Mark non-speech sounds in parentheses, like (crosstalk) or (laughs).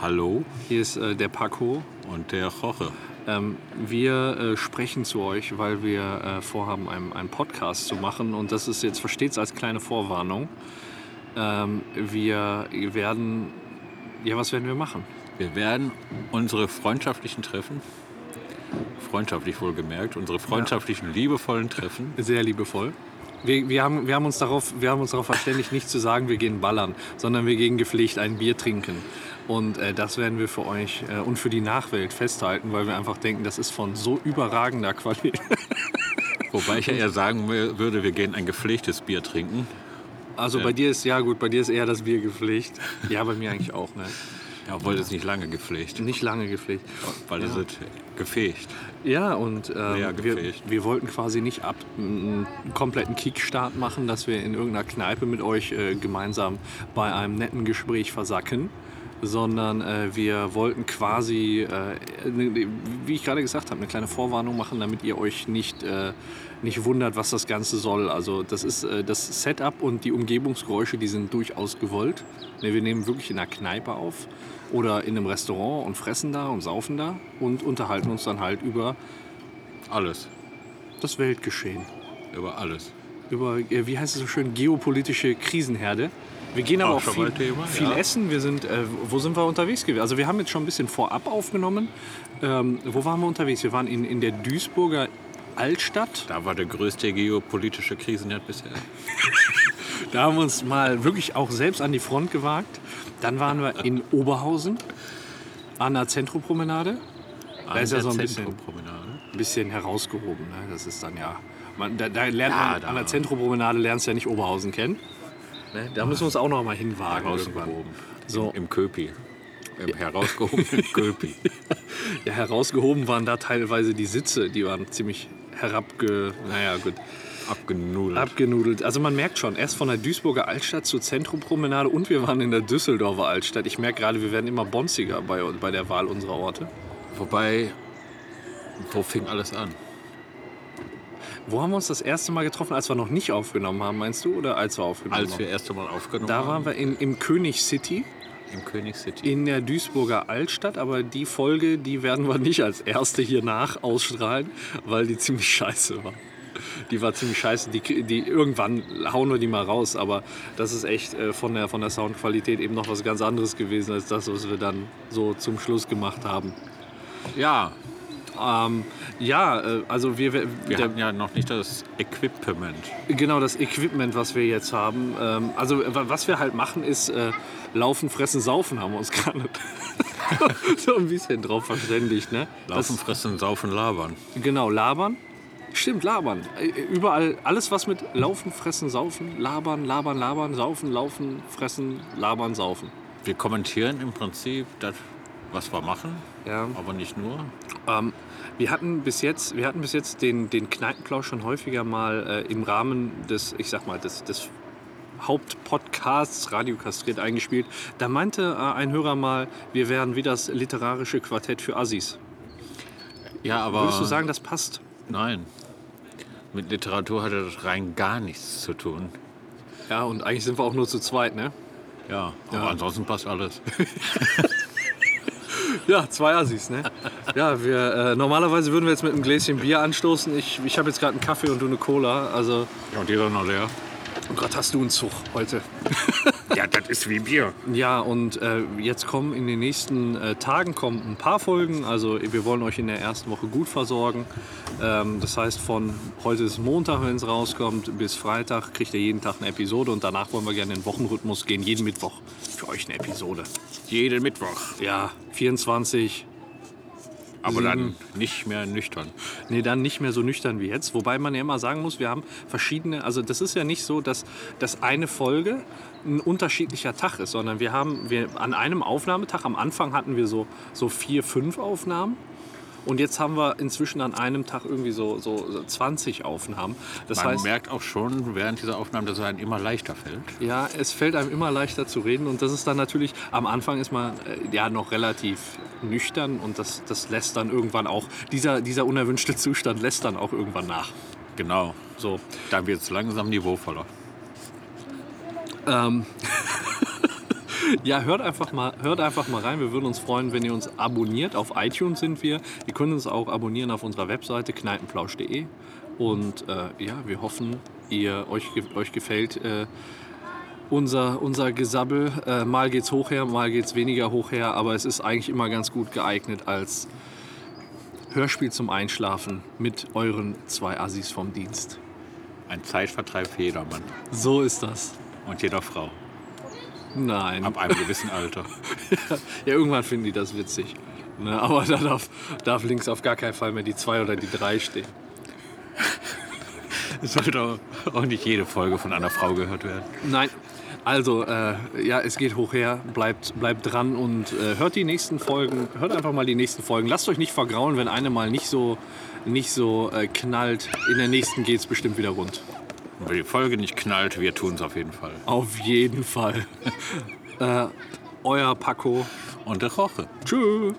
Hallo, hier ist äh, der Paco. Und der Roche. Ähm, wir äh, sprechen zu euch, weil wir äh, vorhaben, einen, einen Podcast zu machen. Und das ist jetzt, versteht's als kleine Vorwarnung. Ähm, wir werden, ja, was werden wir machen? Wir werden unsere freundschaftlichen Treffen, freundschaftlich wohlgemerkt, unsere freundschaftlichen, liebevollen Treffen, Sehr liebevoll. Wir, wir, haben, wir, haben uns darauf, wir haben uns darauf verständigt, nicht zu sagen, wir gehen ballern, sondern wir gehen gepflegt ein Bier trinken. Und äh, das werden wir für euch äh, und für die Nachwelt festhalten, weil wir einfach denken, das ist von so überragender Qualität. wobei ich ja eher sagen will- würde, wir gehen ein gepflegtes Bier trinken. Also bei dir ist, ja gut, bei dir ist eher das Bier gepflegt. Ja, bei mir eigentlich auch, ne? Ja, obwohl das nicht lange gepflegt, Nicht lange gepflegt. weil das ist gefegt. Ja, und ähm, Leer wir, gepflegt. wir wollten quasi nicht ab, einen kompletten Kickstart machen, dass wir in irgendeiner Kneipe mit euch äh, gemeinsam bei einem netten Gespräch versacken, sondern äh, wir wollten quasi, äh, ne- wie ich gerade gesagt habe, eine kleine Vorwarnung machen, damit ihr euch nicht, äh, nicht wundert, was das Ganze soll. Also das ist äh, das Setup und die Umgebungsgeräusche, die sind durchaus gewollt. Ne, wir nehmen wirklich in einer Kneipe auf oder in einem Restaurant und fressen da und saufen da und unterhalten uns dann halt über Alles. das Weltgeschehen. Über alles. Über, äh, wie heißt es so schön, geopolitische Krisenherde. Wir gehen aber Auch auch, schon mal viel, ein Thema, viel ja. essen. Wir sind, äh, wo sind wir unterwegs gewesen? Also wir haben jetzt schon ein bisschen vorab aufgenommen. Ähm, wo waren wir unterwegs? Wir waren in, in der Duisburger Altstadt. Da war der größte geopolitische Krisenherd bisher. Da haben wir uns mal wirklich auch selbst an die Front gewagt. Dann waren wir (laughs) in Oberhausen an der Zentropromenade. Da ist ja so ein bisschen, Zentrumpromenade. bisschen herausgehoben. Ne? Das ist dann ja. Man, da, da lernt Ja, man, da- an der Zentropromenade lernst du ja nicht Oberhausen kennen. Ne? Da müssen wir uns auch noch mal hinwagen. irgendwann. Herausgehoben. So. Im Köpi. (laughs) Im herausgehobenen Köpi. Ja, herausgehoben waren da teilweise die Sitze, die waren ziemlich herabge... Naja, gut. Abgenudelt. Abgenudelt. Also man merkt schon, erst von der Duisburger Altstadt zur Zentrumpromenade und wir waren in der Düsseldorfer Altstadt. Ich merke gerade, wir werden immer bonziger bei, bei der Wahl unserer Orte. Wobei, wo fing alles an? Wo haben wir uns das erste Mal getroffen, als wir noch nicht aufgenommen haben, meinst du? Oder als wir aufgenommen Als haben? wir erst einmal aufgenommen Da haben, waren wir in, im König City. im König City. in der Duisburger Altstadt, aber die Folge, die werden wir nicht als erste hier nach ausstrahlen, weil die ziemlich scheiße war. Die war ziemlich scheiße. Die, die, irgendwann hauen wir die mal raus, aber das ist echt äh, von der, von der Soundqualität eben noch was ganz anderes gewesen als das, was wir dann so zum Schluss gemacht haben. Ja, Ähm, ja, äh, also wir, wir der- hatten ja noch nicht das Equipment. Genau, das Equipment, was wir jetzt haben. Ähm, also, wa- was wir halt machen, ist äh, Laufen, Fressen, Saufen haben wir uns (laughs) gerade so ein bisschen drauf verständigt. Ne? Laufen, fressen, saufen, labern. Das, genau, labern. Stimmt, labern. Äh, Überall, alles was mit Laufen, Fressen, Saufen, labern, labern, labern, saufen, laufen, fressen, labern, saufen. Wir kommentieren im Prinzip das, was wir machen, Ja. aber nicht nur. Ähm, wir hatten bis jetzt, wir hatten bis jetzt den, den Kneipenplausch schon häufiger mal äh, im Rahmen des, ich sag mal, des, des Hauptpodcasts Radio Kastriert eingespielt. Da meinte äh, ein Hörer mal, wir wären wie das literarische Quartett für Assis. Ja, aber Würdest du sagen, das passt? nein. Mit Literatur hatte das rein gar nichts zu tun. Ja, und eigentlich sind wir auch nur zu zweit, ne? Ja, aber ansonsten passt alles. Ja, zwei Assis, (laughs) ne? ja, wir, äh, normalerweise würden wir jetzt mit einem Gläschen Bier anstoßen. Ich, ich habe jetzt gerade einen Kaffee und du eine Cola. Also, Ja, und dieser noch leer. oh Gott, hast du einen Zug (laughs) heute. Ja, das ist wie Bier. Ja, und äh, jetzt kommen in den nächsten äh, Tagen kommen ein paar Folgen. Also wir wollen euch in der ersten Woche gut versorgen. Ähm, das heißt, von heute ist Montag, wenn es rauskommt, bis Freitag kriegt ihr jeden Tag eine Episode und danach wollen wir gerne in den Wochenrhythmus gehen. Jeden Mittwoch für euch eine Episode. Jeden Mittwoch. Ja, 24. Aber dann nicht mehr nüchtern. Nee, dann nicht mehr so nüchtern wie jetzt. Wobei man ja immer sagen muss, wir haben verschiedene, also das ist ja nicht so, dass, dass eine Folge ein unterschiedlicher Tag ist, sondern wir haben wir an einem Aufnahmetag, am Anfang hatten wir so, so vier, fünf Aufnahmen. Und jetzt haben wir inzwischen an einem Tag irgendwie so, so, so 20 Aufnahmen. Das Man heißt, merkt auch schon während dieser Aufnahme, dass es einem immer leichter fällt. ja, es fällt einem immer leichter zu reden und das ist dann natürlich, am Anfang ist man äh, ja noch relativ nüchtern und das, das lässt dann irgendwann auch, dieser, dieser unerwünschte Zustand lässt dann auch irgendwann nach. Genau. So, Dann wird es langsam niveauvoller. Ja, hört einfach, mal, hört einfach mal rein. Wir würden uns freuen, wenn ihr uns abonniert. Auf iTunes sind wir. Ihr könnt uns auch abonnieren auf unserer Webseite kneipenplausch.de. Und äh, ja, wir hoffen, ihr, euch, ge- euch gefällt äh, unser, unser Gesabbel. Äh, mal geht's hoch her, mal geht's weniger hoch her. Aber es ist eigentlich immer ganz gut geeignet als Hörspiel zum Einschlafen mit euren zwei Assis vom Dienst. Ein Zeitvertreib für jedermann So ist das. und jeder Frau. Nein. Ab einem gewissen Alter. Ja, irgendwann finden die das witzig. Ne? Aber da darf, darf links auf gar keinen Fall mehr die 2 oder die 3 stehen. (laughs) Es sollte auch nicht jede Folge von einer Frau gehört werden. Nein. Also, äh, ja, es geht hoch her. Bleibt, bleibt dran und äh, hört die nächsten Folgen. Hört einfach mal die nächsten Folgen. Lasst euch nicht vergrauen, wenn eine mal nicht so, nicht so äh, knallt. In der nächsten geht es bestimmt wieder rund. Und wenn die Folge nicht knallt, wir tun es auf jeden Fall. Auf jeden Fall. (laughs) äh, euer Paco. Und der Roche. Tschüss.